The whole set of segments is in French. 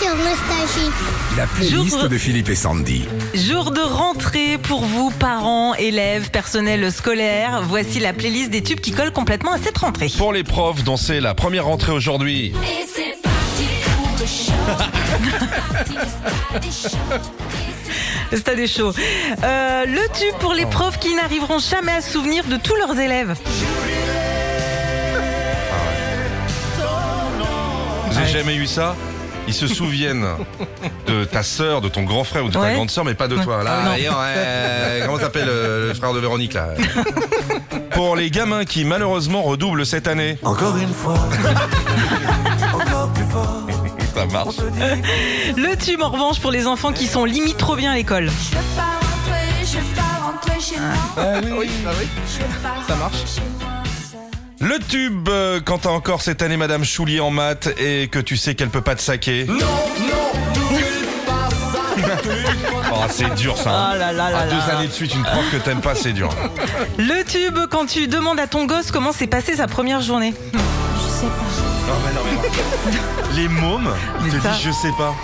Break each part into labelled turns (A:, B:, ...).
A: sur Nostalgie.
B: La playlist
C: J'ouvre.
B: de Philippe et Sandy.
C: Jour de rentrée pour vous, parents, élèves, personnel scolaire. Voici la playlist des tubes qui collent complètement à cette rentrée.
D: Pour les profs, dont c'est la première rentrée aujourd'hui,
E: Et c'est parti pour le show.
C: Le stade est chaud. Euh, le tube pour les profs qui n'arriveront jamais à se souvenir de tous leurs élèves.
D: vous avez jamais eu ça ils se souviennent de ta sœur, de ton grand frère ou de ta
C: Ouais.
D: grande sœur, mais pas de toi. Là,
C: Non.
D: voyons, euh, comment s'appelle euh, le frère de Véronique là Pour les gamins qui malheureusement redoublent cette année.
F: Encore une fois, encore plus fort.
D: Ça marche.
C: Le tube en revanche pour les enfants qui sont limite trop bien à l'école.
E: Je veux pas rentrer, je veux pas rentrer chez moi.
D: Ah
E: Je veux pas
D: Ça marche.
E: rentrer chez moi, ça.
D: Le tube, euh, quand t'as encore cette année Madame Choulier en maths et que tu sais qu'elle peut pas te saquer.
F: Non, non, n'oublie pas ça.
D: Oh, c'est dur ça. hein.
C: Ah là là là
D: Ah,
C: là.
D: deux années de suite, une prof que t'aimes pas, c'est dur.
C: Le tube quand tu demandes à ton gosse comment s'est passée sa première journée.
D: Les mômes,
C: Mais
D: ils te
C: ça-
D: disent je sais pas.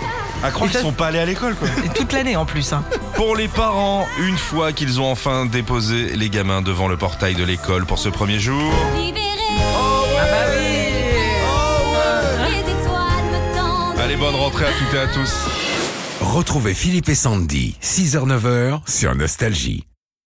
D: À croire
C: Mais ça-
D: qu'ils sont pas allés à l'école quoi.
C: Et toute l'année en plus. hein.
D: Pour les parents, une fois qu'ils ont enfin déposé les gamins devant le portail de l'école pour ce premier jour.
E: Libéré,
C: Ah bah oui.
E: les étoiles me tendent.
D: Allez, bonne rentrée à toutes et à tous.
B: Retrouvez Philippe et Sandy, 6h-9h sur Nostalgie.